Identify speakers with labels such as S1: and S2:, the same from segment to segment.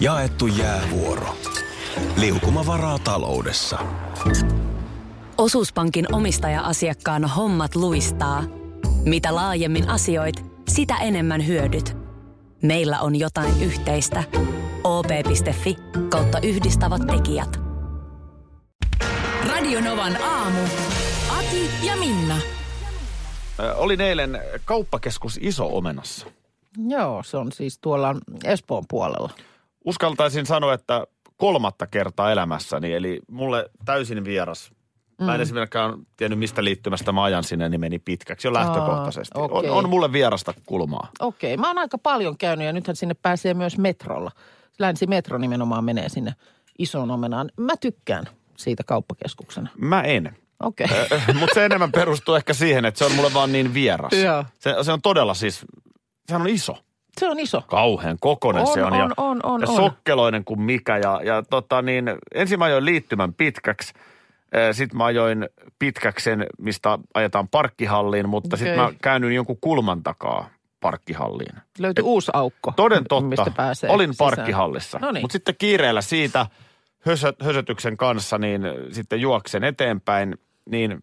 S1: Jaettu jäävuoro. Liukuma varaa taloudessa.
S2: Osuuspankin omistaja-asiakkaan hommat luistaa. Mitä laajemmin asioit, sitä enemmän hyödyt. Meillä on jotain yhteistä. op.fi kautta yhdistävät tekijät.
S3: Radionovan aamu. Ati ja Minna.
S4: Ö, Olin eilen kauppakeskus Iso Omenassa.
S5: Joo, se on siis tuolla Espoon puolella.
S4: Uskaltaisin sanoa, että kolmatta kertaa elämässäni, eli mulle täysin vieras. Mä
S5: Mm.
S4: en esimerkiksi tiennyt, mistä liittymästä mä ajan sinne, niin meni pitkäksi jo lähtökohtaisesti.
S5: Aa, okei.
S4: on, on mulle vierasta kulmaa.
S5: Okei, mä oon aika paljon käynyt ja nythän sinne pääsee myös metrolla. Länsimetro nimenomaan menee sinne isoon omenaan. Mä tykkään siitä kauppakeskuksena.
S4: Mä en.
S5: Okei.
S4: Äh, Mutta se enemmän perustuu ehkä siihen, että se on mulle vaan niin vieras.
S5: Joo.
S4: Se, se on todella siis, sehän on iso.
S5: Se on iso.
S4: Kauhean kokonen
S5: On,
S4: se on. ja,
S5: on, on, on,
S4: ja
S5: on.
S4: sokkeloinen kuin mikä. Ja, ja tota niin, ensin mä ajoin liittymän pitkäksi. Sitten mä ajoin pitkäksen, mistä ajetaan parkkihalliin, mutta okay. sitten
S5: Okei.
S4: mä käännyin jonkun kulman takaa parkkihalliin.
S5: Löytyi uusi aukko,
S4: Toden totta,
S5: mistä pääsee
S4: olin
S5: sisään. No niin.
S4: parkkihallissa.
S5: Noniin.
S4: Mutta sitten kiireellä siitä hösö, hösötyksen kanssa, niin sitten juoksen eteenpäin, niin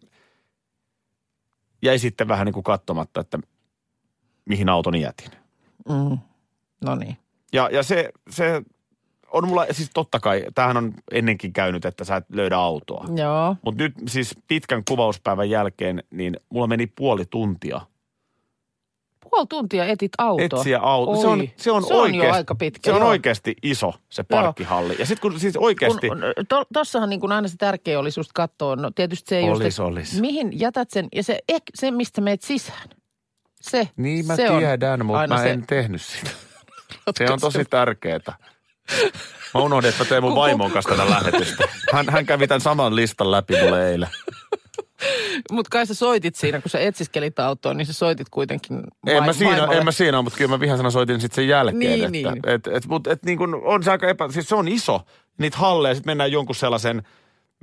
S4: jäi sitten vähän niin kuin katsomatta, että mihin autoni jätin.
S5: Mm. No niin.
S4: Ja, ja se, se on mulla, siis totta kai, tämähän on ennenkin käynyt, että sä et löydä autoa.
S5: Joo.
S4: Mutta nyt siis pitkän kuvauspäivän jälkeen, niin mulla meni puoli tuntia
S5: Puoli tuntia etit autoa.
S4: etsiä autoa. Se on, se on,
S5: se on
S4: oikeasti,
S5: jo aika pitkä.
S4: Se on
S5: joo.
S4: oikeasti iso se parkkihalli. Ja sitten kun siis oikeasti,
S5: Kun, to, tossahan niin kuin aina se tärkeä olisi just katsoa, no tietysti se just,
S4: Olis,
S5: että
S4: olis.
S5: mihin jätät sen, ja se, ek, se mistä meet sisään. Se,
S4: niin mä
S5: se
S4: tiedän,
S5: on
S4: mutta
S5: aina
S4: mä
S5: se,
S4: en tehnyt sitä. Se on tosi tärkeetä. Mä unohdin, että mä tein mun vaimon kanssa tätä lähetystä. Hän, hän kävi tämän saman listan läpi mulle eilen.
S5: Mutta kai sä soitit siinä, kun sä etsiskelit autoa, niin sä soitit kuitenkin
S4: En mä,
S5: vaim-
S4: siinä,
S5: vaimolle.
S4: en mä siinä, mutta kyllä mä vihasena soitin sitten sen jälkeen.
S5: Niin,
S4: että,
S5: niin.
S4: Et, et, mut, et niin kun on se aika epä... Siis se on iso. Niitä halleja, sitten mennään jonkun sellaisen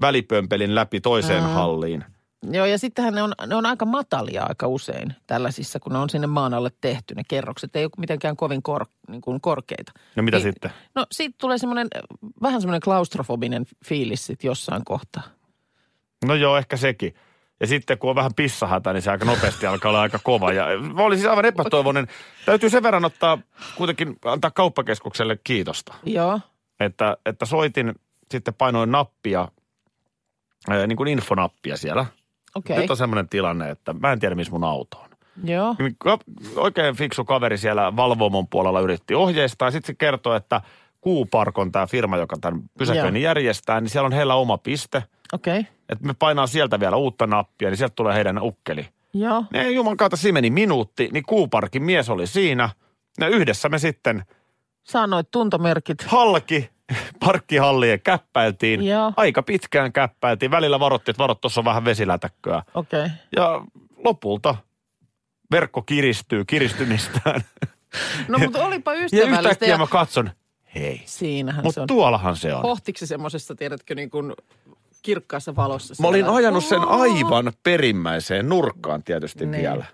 S4: välipömpelin läpi toiseen halliin.
S5: Joo, ja sittenhän ne on, ne on aika matalia aika usein tällaisissa, kun ne on sinne maan alle tehty ne kerrokset. Ei ole mitenkään kovin kor, niin kuin korkeita.
S4: No mitä
S5: Niin-
S4: sitten?
S5: No siitä tulee semmoinen, vähän semmoinen klaustrofobinen fiilis sitten jossain kohtaa.
S4: No joo, ehkä sekin. Ja sitten kun on vähän pissahätä, niin se aika nopeasti alkaa olla aika kova. Ja mä olin siis aivan epätoivoinen. Täytyy sen verran ottaa, kuitenkin antaa kauppakeskukselle kiitosta.
S5: Joo,
S4: Että, että soitin, sitten painoin nappia, ää, niin kuin infonappia siellä.
S5: okei.
S4: Nyt on semmoinen tilanne, että mä en tiedä, missä mun auto on.
S5: Joo.
S4: Niin ka- Oikein fiksu kaveri siellä valvomon puolella yritti ohjeistaa. Sitten se kertoi, että Kuuparkon tämä firma, joka tämän pysäköinnin järjestää, niin siellä on heillä oma piste.
S5: Okei, okay.
S4: Että me painaa sieltä vielä uutta nappia, niin sieltä tulee heidän ukkeli.
S5: joo.
S4: Ne juman kautta siinä meni minuutti, niin Kuuparkin mies oli siinä. Ja yhdessä me sitten
S5: Sanoit tuntomerkit.
S4: halki parkkihallien käppäiltiin.
S5: Joo.
S4: Aika pitkään käppäiltiin. Välillä varottiin, että varo, tuossa on vähän vesilätäkköä.
S5: Okei. Okay.
S4: Ja lopulta verkko kiristyy kiristymistään.
S5: No mutta olipa
S4: Ja
S5: ystävällistä.
S4: yhtäkkiä mä katson, hei,
S5: Siinähän se
S4: mutta
S5: on.
S4: tuollahan se on.
S5: Pohtiko se semmoisessa, tiedätkö, niin kuin kirkkaassa valossa?
S4: Mä olin
S5: sillä-
S4: ajanut sen aivan perimmäiseen nurkkaan tietysti
S5: Niin.
S4: vielä.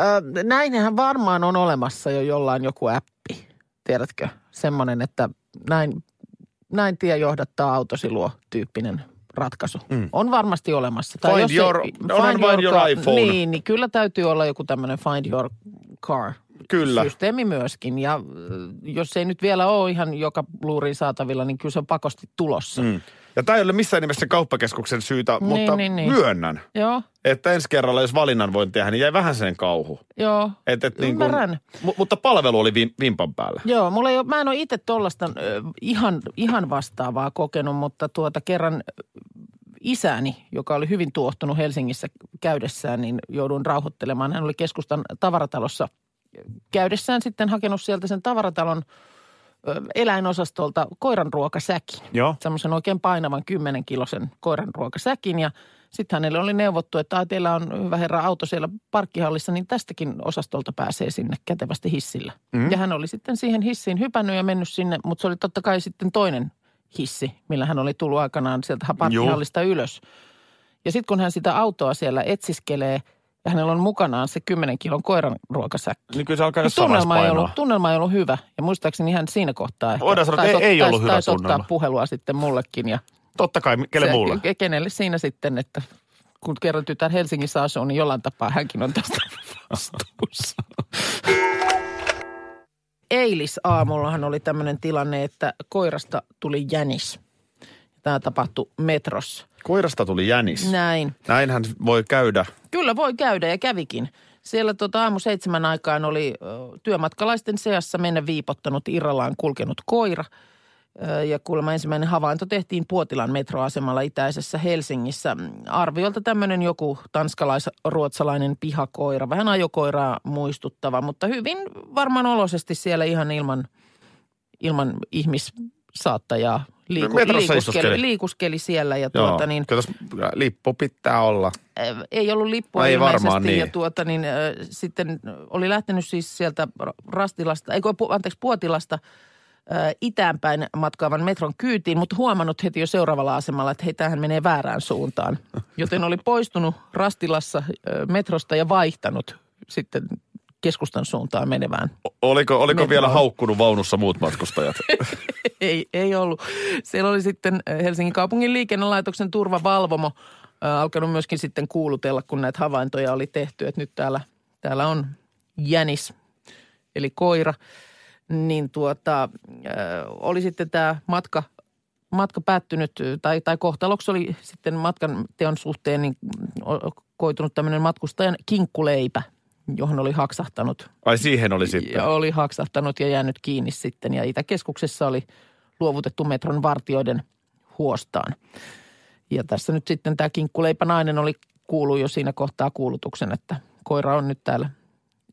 S5: Ö, näinhän varmaan on olemassa jo jollain joku appi, tiedätkö? Semmoinen, että näin, näin tie johdattaa autosi luo tyyppinen ratkaisu. Mm. On varmasti olemassa.
S4: Find your- onhan vain your
S5: car-
S4: iPhone.
S5: Niin, niin kyllä täytyy olla joku tämmöinen find your car.
S4: Kyllä.
S5: Systeemi myöskin. Ja äh, jos ei nyt vielä ole ihan joka luuriin saatavilla, niin kyllä se on pakosti tulossa. Mm.
S4: Mm. Ja tämä ei ole missään nimessä kauppakeskuksen syytä,
S5: Niin,
S4: mutta
S5: niin, niin.
S4: myönnän,
S5: Joo,
S4: että ensi kerralla, jos valinnan voin tehdä, niin jäi vähän sen kauhu.
S5: joo.
S4: Et, et niin kun,
S5: Ymmärrän.
S4: mu- mutta palvelu oli vim, vimpan päällä.
S5: Joo, mulla ei ole, mä en ole itse tuollaista ihan, ihan vastaavaa kokenut, mutta tuota kerran ö, isäni, joka oli hyvin tuohtunut Helsingissä käydessään, niin joudun rauhoittelemaan. Hän oli keskustan tavaratalossa käydessään sitten hakenut sieltä sen tavaratalon ö, eläinosastolta koiranruokasäkin.
S4: Joo.
S5: Semmoisen oikein painavan 10 kilosen koiranruokasäkin ja sitten hänelle oli neuvottu, että "Ai, teillä on hyvä herra auto siellä parkkihallissa, niin tästäkin osastolta pääsee sinne kätevästi hissillä. Mm. Ja hän oli sitten siihen hissiin hypännyt ja mennyt sinne, mutta se oli totta kai sitten toinen hissi, millä hän oli tullut aikanaan sieltä parkkihallista ylös. Ja sitten kun hän sitä autoa siellä etsiskelee, ja hänellä on mukanaan se 10 kilon koiran ruokasäkki.
S4: Niin kyllä se alkaa
S5: Niin
S4: jossain vaiheessa
S5: tunnelma, ei ollut,
S4: painaa.
S5: tunnelma ei ollut hyvä ja muistaakseni ihan siinä kohtaa ehkä.
S4: Voidaan sanoa, että
S5: taisi
S4: ei- ei
S5: ot-
S4: ollut hyvä
S5: taisi ottaa
S4: tunnelma.
S5: puhelua sitten mullekin ja
S4: Totta kai, kelle
S5: se-
S4: muulle?
S5: ke- Kenelle siinä sitten, että kun kerran tytär Helsingissä asuu, niin jollain tapaa hänkin on tästä vastuussa. Eilisaamullahan oli tämmöinen tilanne, että koirasta tuli jänis. Tämä tapahtui metrossa.
S4: Koirasta tuli jänis.
S5: Näin.
S4: Näinhän voi käydä.
S5: Kyllä voi käydä ja kävikin. Siellä tota aamu seitsemän aikaan oli ö, työmatkalaisten seassa mennä viipottanut irrallaan kulkenut koira. Ö, Ja kuulemma ensimmäinen havainto tehtiin Puotilan metroasemalla itäisessä Helsingissä. Mm, Arviolta tämmöinen joku tanskalais-ruotsalainen pihakoira, vähän ajokoiraa muistuttava, mutta hyvin varmaan olosesti siellä ihan ilman, ilman ihmissaattajaa liiku,
S4: Metrossa
S5: liikuskeli,
S4: istuskeli.
S5: liikuskeli siellä ja tuota niin,
S4: Kyllä tässä äh, lippu pitää olla.
S5: Äh, ei ollut lippua
S4: Ei
S5: ilmeisesti
S4: varmaan niin.
S5: ja tuota, niin, äh, sitten oli lähtenyt siis sieltä Ra- Rastilasta, ei kun, pu, anteeksi Puotilasta äh, itäänpäin matkaavan metron kyytiin, mutta huomannut heti jo seuraavalla asemalla, että hei, tämähän menee väärään suuntaan. Joten oli poistunut Rastilassa äh, metrosta ja vaihtanut sitten keskustan suuntaan menevään.
S4: Oliko, oliko
S5: Metroon.
S4: vielä haukkunut vaunussa muut matkustajat?
S5: ei, ei ollut. Siellä oli sitten äh, Helsingin kaupungin liikennelaitoksen turvavalvomo äh, alkanut myöskin sitten kuulutella, kun näitä havaintoja oli tehty, että nyt täällä, täällä on jänis, eli koira. Niin tuota, äh, oli sitten tämä matka, matka päättynyt, äh, tai, tai kohtaloksi oli sitten matkan teon suhteen niin mm, o- koitunut tämmöinen matkustajan kinkkuleipä, johon oli haksahtanut
S4: Ai siihen oli sitten.
S5: ja oli haksahtanut ja jäänyt kiinni sitten. Ja Itäkeskuksessa oli luovutettu metron vartijoiden huostaan. Ja tässä nyt sitten tämä kinkkuleipänainen oli kuulu jo siinä kohtaa kuulutuksen, että koira on nyt täällä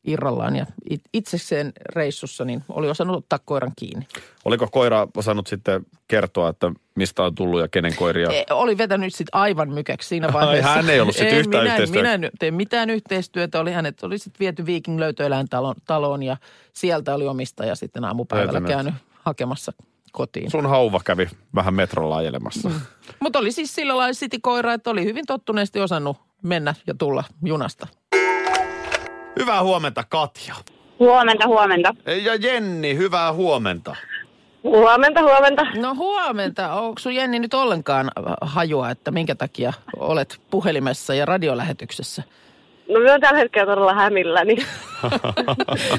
S5: irrallaan. Ja it- itsekseen reissussa niin oli osannut ottaa koiran kiinni.
S4: Oliko koira osannut sitten kertoa, että mistä on tullut ja kenen koiria?
S5: E, oli vetänyt sitten aivan mykäksi siinä vaiheessa.
S4: hän ei ollut sit
S5: En,
S4: yhtään
S5: minä, en-
S4: yhteistyötä.
S5: Minä en tee mitään yhteistyötä. Oli, hänet oli sitten viety Viikin löytöeläintaloon taloon ja sieltä oli omistaja sitten aamupäivällä
S4: Löytänyt.
S5: käynyt hakemassa kotiin.
S4: Sun hauva kävi vähän metrolla ajelemassa.
S5: Mutta oli siis sillä lailla sitikoira, että oli hyvin tottuneesti osannut mennä ja tulla junasta.
S4: Hyvää huomenta Katja.
S6: Huomenta, huomenta.
S4: Ja Jenni, hyvää huomenta.
S6: Huomenta, huomenta.
S5: No huomenta. Onko sun Jenni nyt ollenkaan hajua, että minkä takia olet puhelimessa ja radiolähetyksessä?
S6: No minä olen tällä hetkellä todella niin hämilläni.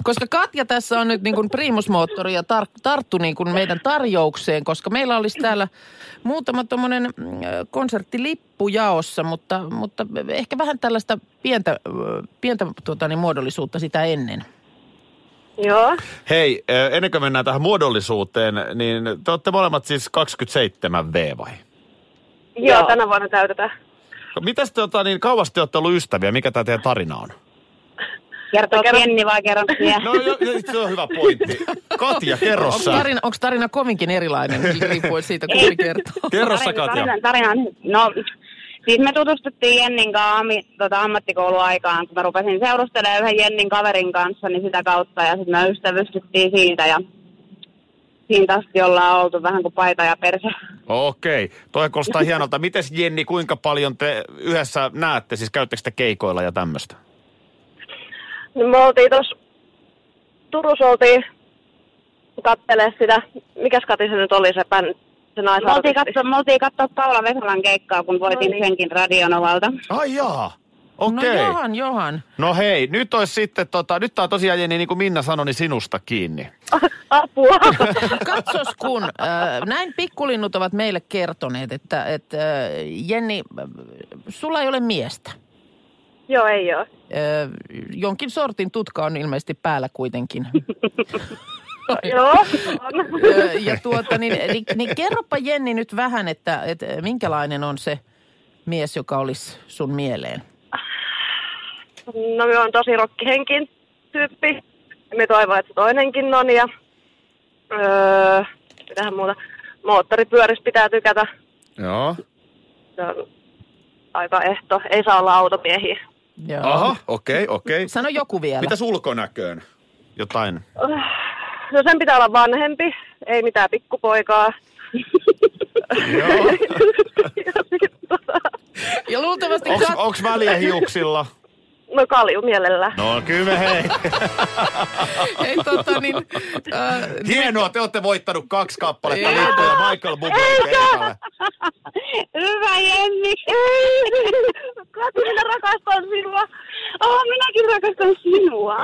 S5: Koska Katja tässä on nyt niin kuin priimusmoottori ja tar- tarttu niin kuin meidän tarjoukseen, koska meillä olisi täällä muutama tuommoinen mm, konserttilippu jaossa, mutta, mutta ehkä vähän tällaista pientä, ö, pientä tuota, niin, muodollisuutta sitä ennen.
S6: Joo,
S4: Hei, eh, ennen kuin mennään tähän muodollisuuteen, niin te olette molemmat siis 27V vai?
S6: joo, tänä vuonna täytetään.
S4: Mitäs te, tota, niin kauas te olette ollut ystäviä? Mikä tämä teidän tarina on?
S7: Kertoo Jenni vai kerron minä?
S4: No jo, jo, se on hyvä pointti. Katja, kerro
S5: Onko
S4: sä.
S5: tarina, onko tarina kovinkin erilainen, riippuen siitä, kumpi kertoo?
S4: Kerro sä,
S7: Tarina-
S4: Katja.
S7: Tarina, tarina, on- no, siis me tutustuttiin Jennin kanssa aami, tota, ammattikouluaikaan, kun mä rupesin seurustelemaan yhden Jennin kaverin kanssa, niin sitä kautta, ja sitten me ystävystyttiin siitä, ja siitä asti ollaan oltu vähän kuin paita ja perse.
S4: Okei, toi kuulostaa hienolta. Mites Jenni, kuinka paljon te yhdessä näette? Siis käyttekö te keikoilla ja tämmöistä?
S6: No, me oltiin tuossa Turussa oltiin kattelee sitä. Mikäs Kati se nyt oli se, bän, se
S7: Me oltiin
S6: naisartisti?
S7: katsoa, me oltiin katsoa Paula Vesalan keikkaa, kun voitin
S6: No niin.
S7: senkin radionovalta.
S4: Ai jaa. Okei.
S5: No
S4: No,
S5: johan, johan.
S4: hei, nyt olisi sitten, tota, nyt tää on tosiaan Jenni, niin kuin Minna sanoi, niin sinusta kiinni.
S6: Apua!
S5: Katsos kun, äh, näin pikkulinnut ovat meille kertoneet, että, että äh, Jenni, äh, sulla ei ole miestä.
S6: joo, ei joo.
S5: Äh, jonkin sortin tutka on ilmeisesti päällä kuitenkin.
S6: joo, on.
S5: Äh, ja tuota, niin, niin, niin kerropa Jenni nyt vähän, että, että minkälainen on se mies, joka olisi sun mieleen.
S6: No me on tosi rokkihenkin tyyppi. Me toivon, että se toinenkin on ja öö, mitähän muuta. Moottoripyörissä pitää tykätä.
S4: Joo.
S6: Se on aika ehto. Ei saa olla automiehiä.
S5: Joo.
S4: Aha, okei, okei.
S5: Sano joku vielä.
S4: Mitäs ulkonäköön? Jotain.
S6: No sen pitää olla vanhempi. Ei mitään pikkupoikaa.
S4: Joo.
S6: Ja sit, tota,
S5: Ja luultavasti
S4: Onks,
S5: kat-
S4: onks väliä hiuksilla?
S6: No kalju mielellään.
S4: No kyllä hei.
S5: Ei tota niin, äh,
S4: Hienoa, te olette voittanut kaksi kappaletta lippuja No, Michael Bublé keikalle.
S7: Hyvä Jenni.
S6: Kati, minä rakastan sinua.
S7: Oh, minäkin rakastan sinua.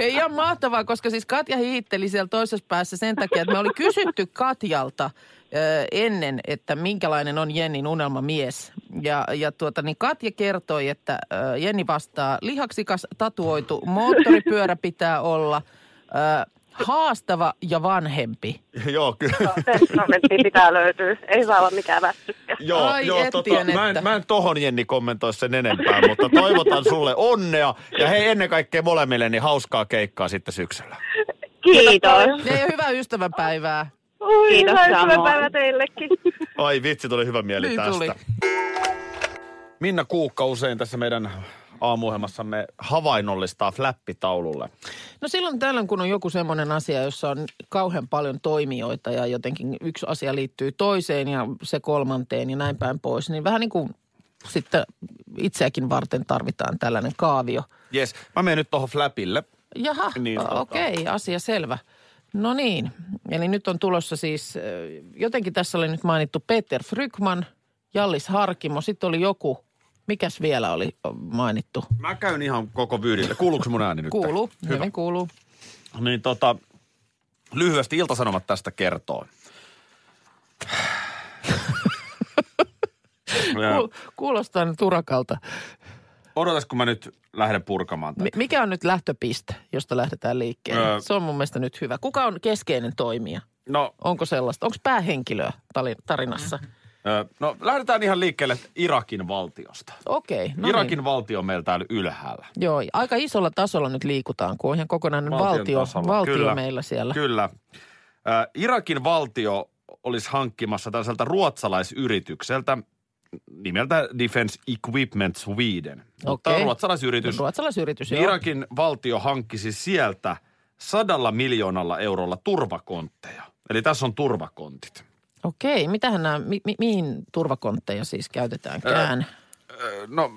S5: Ei ihan mahtavaa, koska siis Katja hiitteli siellä toisessa päässä sen takia, että me oli kysytty Katjalta ö, ennen, että minkälainen on Jennin unelmamies. Ja, ja tuota, niin Katja kertoi, että ö, Jenni vastaa lihaksikas, tatuoitu, moottoripyörä pitää olla, ö, haastava ja vanhempi.
S4: Joo, kyllä.
S6: Testamentti pitää löytyä. Ei saa olla mikään väsykkä.
S4: Joo,
S5: Ai
S4: joo,
S5: et
S4: tota,
S5: tiennettä.
S4: mä, en, mä en tohon Jenni kommentoi sen enempää, mutta toivotan sulle onnea. Ja hei ennen kaikkea molemmille, niin hauskaa keikkaa sitten syksyllä.
S7: Kiitos.
S5: Ei hyvää ystävänpäivää.
S6: Ui,
S7: Kiitos
S6: hyvää ystävänpäivää
S7: samoin.
S6: teillekin.
S4: Ai vitsi, tuli hyvä mieli
S5: Niin
S4: tästä.
S5: tuli.
S4: Minna Kuukka usein tässä meidän aamuohjelmassamme havainnollistaa fläppitaululle.
S5: No silloin tällöin, kun on joku semmoinen asia, jossa on kauhean paljon toimijoita ja jotenkin yksi asia liittyy toiseen ja se kolmanteen ja näin päin pois, niin vähän niin kuin sitten itseäkin varten tarvitaan tällainen kaavio.
S4: Jes, mä menen nyt tuohon fläpille.
S5: Jaha,
S4: Niin,
S5: niin,
S4: tota.
S5: okei, asia selvä. No niin, eli nyt on tulossa siis, ö, jotenkin tässä oli nyt mainittu Peter Frykman, Jallis Harkimo, sitten oli joku, mikäs vielä oli ö, mainittu?
S4: Mä käyn ihan koko vyydillä. Kuuluuko mun ääni nyt?
S5: Kuuluu, hyvin kuuluu.
S4: Niin tota, lyhyesti iltasanomat tästä kertoo.
S5: Kuul- Kuulostaa nyt urakalta.
S4: Odotas, kun mä nyt lähden purkamaan tätä.
S5: Mi- Mikä on nyt lähtöpiste, josta lähdetään liikkeelle?
S4: Öö.
S5: Se on mun mielestä nyt hyvä. Kuka on keskeinen toimija?
S4: No,
S5: Onko sellaista? Onko päähenkilöä tali- tarinassa?
S4: ö, no, lähdetään ihan liikkeelle Irakin valtiosta.
S5: Okei. Okay, no
S4: No Irakin
S5: Niin.
S4: niin. valtio on meillä täällä ylhäällä.
S5: Joo, aika isolla tasolla nyt liikutaan, kun on ihan kokonainen
S4: Valtion
S5: valtio,
S4: tasolla,
S5: valtio
S4: kyllä.
S5: meillä siellä.
S4: Kyllä. Ö, Irakin valtio olisi hankkimassa tällaiseltä ruotsalaisyritykseltä nimeltä Defense Equipment Sweden. Mutta
S5: Okei.
S4: ruotsalaisyritys.
S5: Ruotsalaisyritys,
S4: Niin
S5: joo.
S4: Irakin valtio hankkisi sieltä sadalla miljoonalla eurolla turvakontteja. Eli tässä on turvakontit.
S5: Okei, mitähän nämä, mi- mi- mihin turvakontteja siis käytetäänkään?
S4: Öö, No,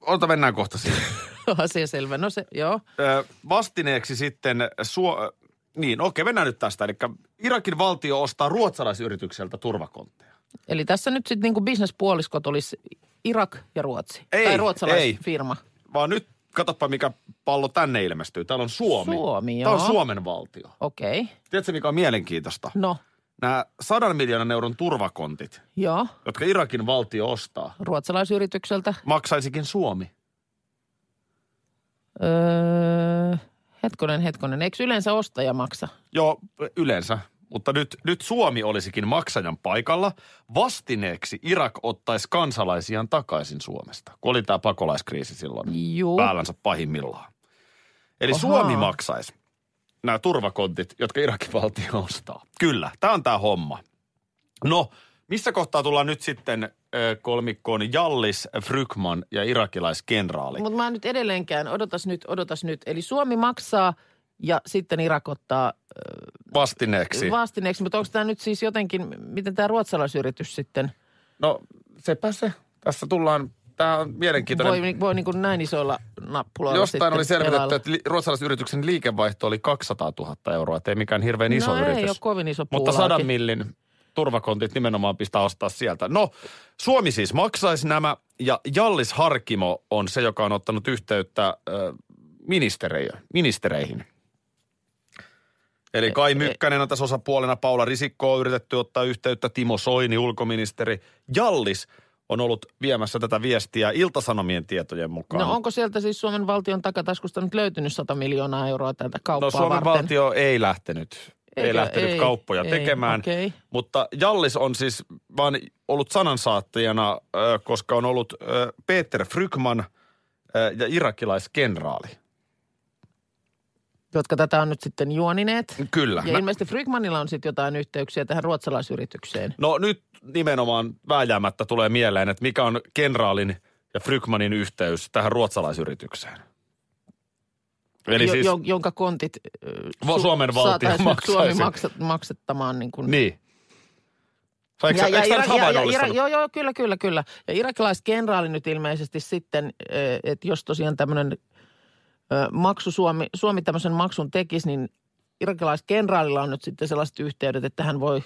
S4: ota mennään kohta siihen.
S5: Asia selvä. No se, joo.
S4: Öö, Vastineeksi sitten Suo... Niin, okei, mennään nyt tästä. Eli Irakin valtio ostaa ruotsalaisyritykseltä turvakontteja.
S5: Eli tässä nyt sitten niinku bisnespuoliskot olisi Irak ja Ruotsi.
S4: Ei,
S5: tai ruotsalaisfirma.
S4: Vaan nyt katoppa, mikä pallo tänne ilmestyy. Täällä on Suomi.
S5: Suomi,
S4: Tämä on
S5: joo.
S4: Suomen valtio.
S5: Okei. Okay.
S4: Tiedätkö, mikä on mielenkiintoista?
S5: No,
S4: Nämä sadan miljoonan euron turvakontit,
S5: joo.
S4: jotka Irakin valtio ostaa,
S5: Ruotsalaisyritykseltä.
S4: maksaisikin Suomi.
S5: Öö, hetkonen, hetkonen. Eikö yleensä ostaja maksa?
S4: Joo, yleensä. Mutta nyt, nyt Suomi olisikin maksajan paikalla. Vastineeksi Irak ottaisi kansalaisiaan takaisin Suomesta, kun oli tämä pakolaiskriisi silloin
S5: Juu.
S4: päällänsä pahimmillaan. Eli
S5: Ahaa.
S4: Suomi maksaisi nämä turvakontit, jotka Irakin valtio ostaa. Kyllä, tämä on tämä homma. No, missä kohtaa tullaan nyt sitten ö, kolmikkoon Jallis, Frykman ja irakilaiskenraali?
S5: Mutta mä en nyt edelleenkään, odotas nyt, odotas nyt. Eli Suomi maksaa ja sitten Irak ottaa öö,
S4: Vastineeksi.
S5: vastineeksi. Mutta onko tämä nyt siis jotenkin, miten tämä ruotsalaisyritys sitten
S4: No, sepä se. Tässä tullaan, tämä on mielenkiintoinen.
S5: voi, ni- voi niin kuin näin isoilla nappuloilla sitten
S4: Jostain oli selvitetty,
S5: pelailla?
S4: että li- ruotsalaisen yrityksen liikevaihto oli 200 000 euroa, että ei mikään hirveän niin iso
S5: no
S4: yritys.
S5: ei ole kovin iso
S4: Mutta
S5: puulaaki.
S4: sadan millin turvakontit nimenomaan pistää ostaa sieltä. No, Suomi siis maksaisi nämä ja Jallis Harkimo on se, joka on ottanut yhteyttä äh, ministereihin. ministereihin.
S5: E-
S4: Eli Kai Mykkänen on tässä osapuolena, Paula Risikko on yritetty ottaa yhteyttä, Timo Soini, ulkoministeri. Jallis on ollut viemässä tätä viestiä iltasanomien tietojen mukaan.
S5: No onko sieltä siis Suomen valtion takataskusta nyt löytynyt 100 miljoonaa euroa tältä kauppaa
S4: No Suomen
S5: varten?
S4: valtio ei lähtenyt, Eikä, ei
S5: Eikä-
S4: lähtenyt
S5: ei,
S4: kauppoja
S5: ei,
S4: tekemään,
S5: okei.
S4: mutta Jallis on siis vaan ollut sanansaattajana, ö, koska on ollut ö, Peter Frykman ö, ja irakilaiskenraali.
S5: Jotka tätä on nyt sitten juonineet.
S4: Kyllä.
S5: Ja
S4: Nä-
S5: ilmeisesti Frygmanilla on sitten jotain yhteyksiä tähän ruotsalaisyritykseen.
S4: No nyt nimenomaan vääjäämättä tulee mieleen, että mikä on kenraalin ja Frykmanin yhteys tähän ruotsalaisyritykseen. Eli
S5: jo,
S4: siis,
S5: jo- jonka kontit äh,
S4: Vo- Suomen valtio
S5: saataisiin nyt
S4: maksaisi.
S5: niin Suomi maksa, maksettamaan niin kuin
S4: niin. Saiko sä- eikö sä nyt
S5: Irak- ja, ja,
S4: havainnollistanut?
S5: Irak- joo, joo, kyllä, kyllä, kyllä. Ja irakilaiskenraali nyt ilmeisesti sitten, eh, että jos tosiaan tämmöinen maksu Suomi, Suomi tämmöisen maksun tekisi, niin irakilaiskenraalilla on nyt sitten sellaiset yhteydet, että hän voi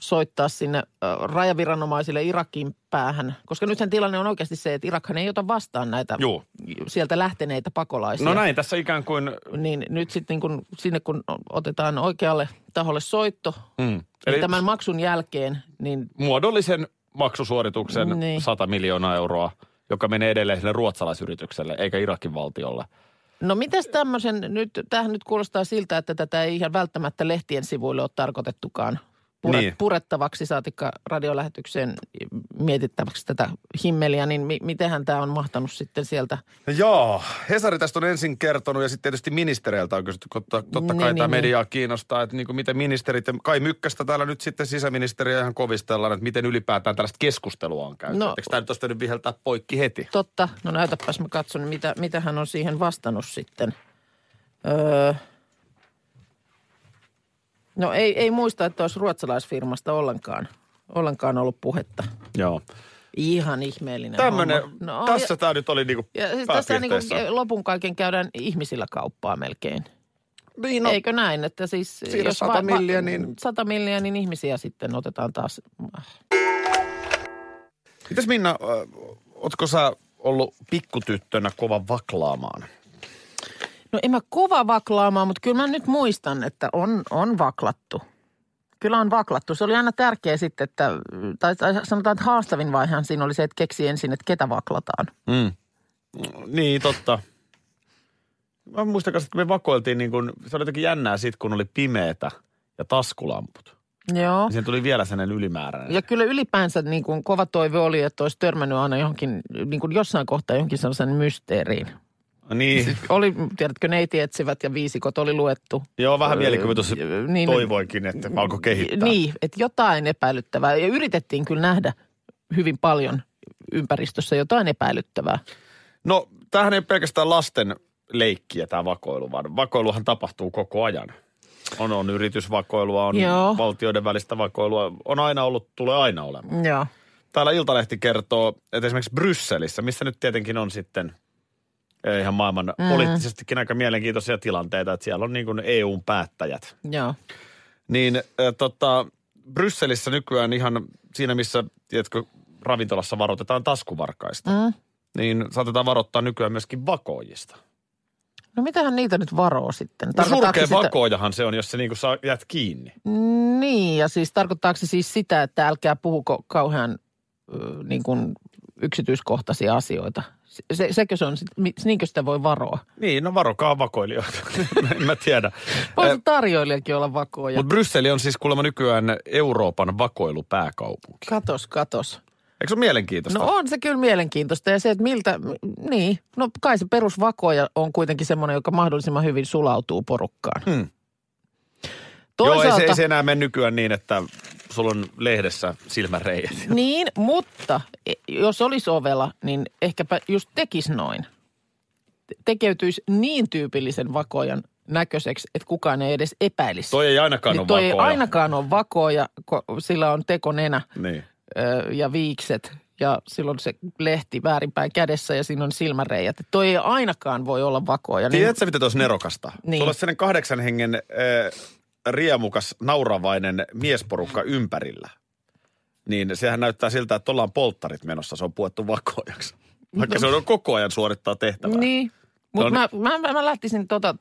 S5: soittaa sinne ö, rajaviranomaisille Irakin päähän, koska nythän tilanne on oikeasti se, että Irakhan ei ota vastaan näitä
S4: Juu.
S5: sieltä lähteneitä pakolaisia.
S4: No näin, tässä ikään kuin,
S5: Niin nyt sitten kun, sinne kun otetaan oikealle taholle soitto,
S4: mm,
S5: Eli
S4: eli
S5: tämän maksun jälkeen, niin
S4: muodollisen maksusuorituksen
S5: Niin.
S4: niin. 100 miljoonaa euroa, joka menee edelleen sille ruotsalaisyritykselle, eikä Irakin valtiolle.
S5: no mitäs tämmöisen, nyt, tämähän nyt kuulostaa siltä, että tätä ei ihan välttämättä lehtien sivuille ole tarkoitettukaan pure, niin.
S4: Niin.
S5: purettavaksi, saatikka radiolähetykseen mietittäväksi tätä himmeliä, niin mi, mitenhän tämä on mahtanut sitten sieltä?
S8: Joo, Hesari tästä on ensin kertonut ja sitten tietysti ministereiltä on kysytty, kun totta, totta kai
S5: Niin,
S8: niin, tämä
S5: niin,
S8: mediaa kiinnostaa, että niin kuin miten ministerit, ja Kai Mykkästä täällä nyt sitten sisäministeriä ihan kovistellaan, että miten ylipäätään tällaista keskustelua on käyty.
S5: No-
S8: No, Eikö tämä nyt tästä nyt viheltää poikki heti?
S5: Totta, no näytäpäs mä katson, mitä, mitä hän on siihen vastannut sitten. Öö, no ei, ei muista, että olisi ruotsalaisfirmasta ollenkaan, ollenkaan ollut puhetta.
S4: Joo.
S5: Ihan ihmeellinen
S8: Tämmöinen,
S5: homma.
S8: no,
S5: ja-
S8: tässä tämä nyt oli niinku
S5: Ja siis tässä niin
S8: pääpiirteissä.
S5: kuin lopun kaiken käydään ihmisillä kauppaa melkein.
S8: niin,
S5: No, Eikö näin, että siis
S8: Siinä sata
S5: va- va-
S8: milliä, niin-
S5: Sata milliä, niin ihmisiä sitten otetaan taas.
S8: Mitäs Minna, äh, ootko sä ollut pikkutyttönä kova vaklaamaan?
S5: No en mä kova vaklaamaan, mutta kyllä mä nyt muistan, että on, on vaklattu. Kyllä on vaklattu. Se oli aina tärkeä sitten, että, tai, tai sanotaan, että haastavin vaihehan siinä oli se, että keksi ensin, että ketä vaklataan.
S4: Mm. Niin, totta. Mä muistan kanssa, että me vakoiltiin niin kuin, se oli jotenkin jännää sit, kun oli pimeetä ja taskulamput. Niin
S5: Joo.
S4: Siihen tuli vielä sellainen ylimääräinen.
S5: Ja kyllä ylipäänsä niin kuin kova toive oli, että olisi törmännyt aina johonkin, niin kuin jossain kohtaa johonkin sellaisen mysteeriin.
S4: Niin,
S5: Siis oli, tiedätkö, neiti etsivät ja viisikot oli luettu.
S4: joo, vähän mielikuvitus
S5: Öö, niin-
S4: toivoikin, että alkoi kehittää.
S5: Niin, että jotain epäilyttävää. Ja yritettiin kyllä nähdä hyvin paljon ympäristössä jotain epäilyttävää.
S4: No, tämähän ei pelkästään lasten leikkiä tämä vakoilu, vaan vakoiluhan tapahtuu koko ajan. On, on yritysvakoilua, on
S5: Joo.
S4: valtioiden välistä vakoilua, on aina ollut, tulee aina olemaan.
S5: Joo.
S4: Täällä Iltalehti kertoo, että esimerkiksi Brysselissä, missä nyt tietenkin on sitten eh, ihan maailman mm. poliittisestikin aika mielenkiintoisia tilanteita, että siellä on niin kuin EUn päättäjät.
S5: Joo.
S4: Niin äh, tota, Brysselissä nykyään ihan siinä, missä tiedätkö, ravintolassa varoitetaan taskuvarkaista,
S5: Mm.
S4: niin saatetaan varoittaa nykyään myöskin vakoojista.
S5: No mitähän niitä nyt varoo sitten?
S4: No surkea
S5: Tarkoittaako se sitä-
S4: vakoajahan se on, jos se niinku saa, jäät kiinni.
S5: Niin, ja siis tarkoittaako se siis sitä, että älkää puhuko kauhean ö, niin kuin yksityiskohtaisia asioita? Se, sekö se on, sit- mi- niinkö sitä voi varoa?
S4: Niin, no varokaa vakoilijoita. en mä tiedä.
S5: Voisi tarjoilijakin olla vakoja.
S4: Mutta Brysseli on siis kuulemma nykyään Euroopan vakoilupääkaupunki.
S5: Katos, katos.
S4: Eikö se ole mielenkiintoista?
S5: No on se kyllä mielenkiintoista ja se, että miltä, m- niin, no kai se perusvakoja on kuitenkin semmoinen, joka mahdollisimman hyvin sulautuu porukkaan.
S4: Hmm.
S5: Toisaalta,
S4: Joo, ei se, ei se enää mene nykyään niin, että sulla on lehdessä silmäreijät.
S5: niin, mutta e- jos olisi ovella, niin ehkäpä just tekisi noin. Te- Tekeytyisi niin tyypillisen vakojan näköiseksi, että kukaan ei edes epäilisi.
S4: Toi ei ainakaan
S5: niin
S4: ole
S5: toi ei
S4: vakoja.
S5: ainakaan ole vakoja, kun sillä on tekonenä.
S4: Niin.
S5: ö, ja viikset ja silloin se lehti väärinpäin kädessä ja siinä on silmäreijät. Et Toi ei ainakaan voi olla vakoja. Niin,
S4: Tiedätkö, mitä tuossa nerokasta?
S5: Niin.
S4: Niin. Sulla on sellainen kahdeksan hengen äh, riemukas, nauravainen miesporukka ympärillä. Niin sehän näyttää siltä, että ollaan polttarit menossa, se on puettu vakoajaksi. Vaikka se on koko ajan suorittaa tehtävää.
S5: No. niin. mutta
S4: on-
S5: mä, mä, mä, mä lähtisin tota,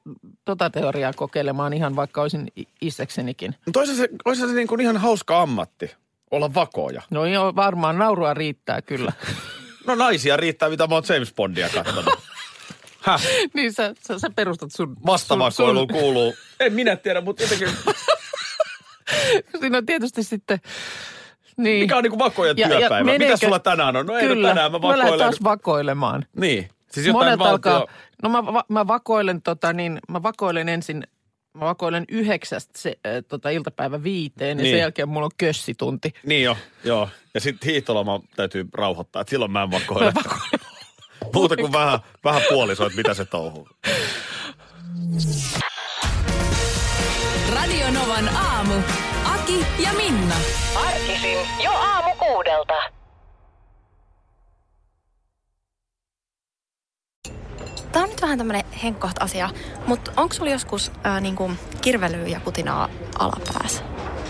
S5: tota teoriaa kokeilemaan ihan vaikka olisin i- isäksenikin.
S4: Mutta oishan se, oishan se niin kuin ihan hauska ammatti, olla vakoja.
S5: No joo, varmaan naurua riittää kyllä.
S4: No naisia riittää, mitä mä oon James Bondia katsonut. Häh,
S5: niin sä, sä, sä perustat sun...
S4: vastavakoiluun
S5: sun-
S4: kuuluu. En minä tiedä, mutta
S5: Niin.
S4: jotenkin,
S5: sun- Siinä on tietysti sitten... Niin.
S4: mikä on niin kuin vakojen työpäivä?
S5: meneekö-
S4: Mitä sulla tänään on? No ei
S5: Kyllä,
S4: no tänään mä
S5: lähden
S4: vakoilen.
S5: taas vakoilemaan.
S4: Niin. Siis
S5: Monet
S4: jotain valtio...
S5: alkaa, no mä, va- mä vakoilen tota niin, mä vakoilen ensin, mä vakoilen yhdeksästä se, äh, tota iltapäivä viiteen ja
S4: Niin.
S5: sen jälkeen mulla on kössitunti.
S4: Niin jo, joo. Ja sitten hiihtoloma täytyy rauhoittaa, että silloin mä en vakoile. Muuta kuin vähän, vähän puolisoit, mitä se touhuu.
S3: Radio Novan aamu. Aki
S9: Aki ja Minna.
S10: Arkisin jo aamu kuudelta.
S11: Tämä on nyt vähän tämmöinen henkkoht asia, mutta onko sulla joskus ää, niinku kirvelyä ja putinaa alapäässä?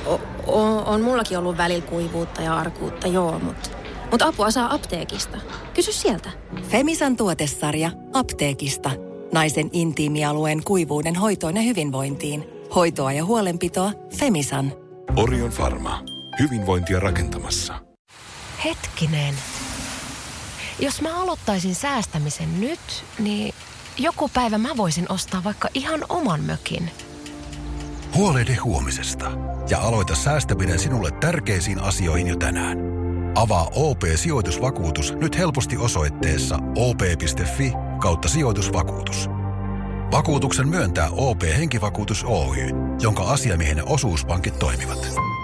S12: O- o- on mullakin ollut välillä kuivuutta ja arkuutta, joo, mutta mut apua saa apteekista. Kysy sieltä.
S2: Femisan tuotesarja apteekista. Naisen intiimialueen kuivuuden hoitoon ja hyvinvointiin. Hoitoa ja huolenpitoa Femisan.
S13: Orion Pharma. Hyvinvointia rakentamassa.
S14: Hetkinen. Jos mä aloittaisin säästämisen nyt, niin joku päivä mä voisin ostaa vaikka ihan oman mökin.
S15: Huolehdi huomisesta ja aloita säästäminen sinulle tärkeisiin asioihin jo tänään. Avaa OP-sijoitusvakuutus nyt helposti osoitteessa op.fi kautta sijoitusvakuutus. Vakuutuksen myöntää OP-henkivakuutus Oy, jonka asiamiehen osuuspankit toimivat.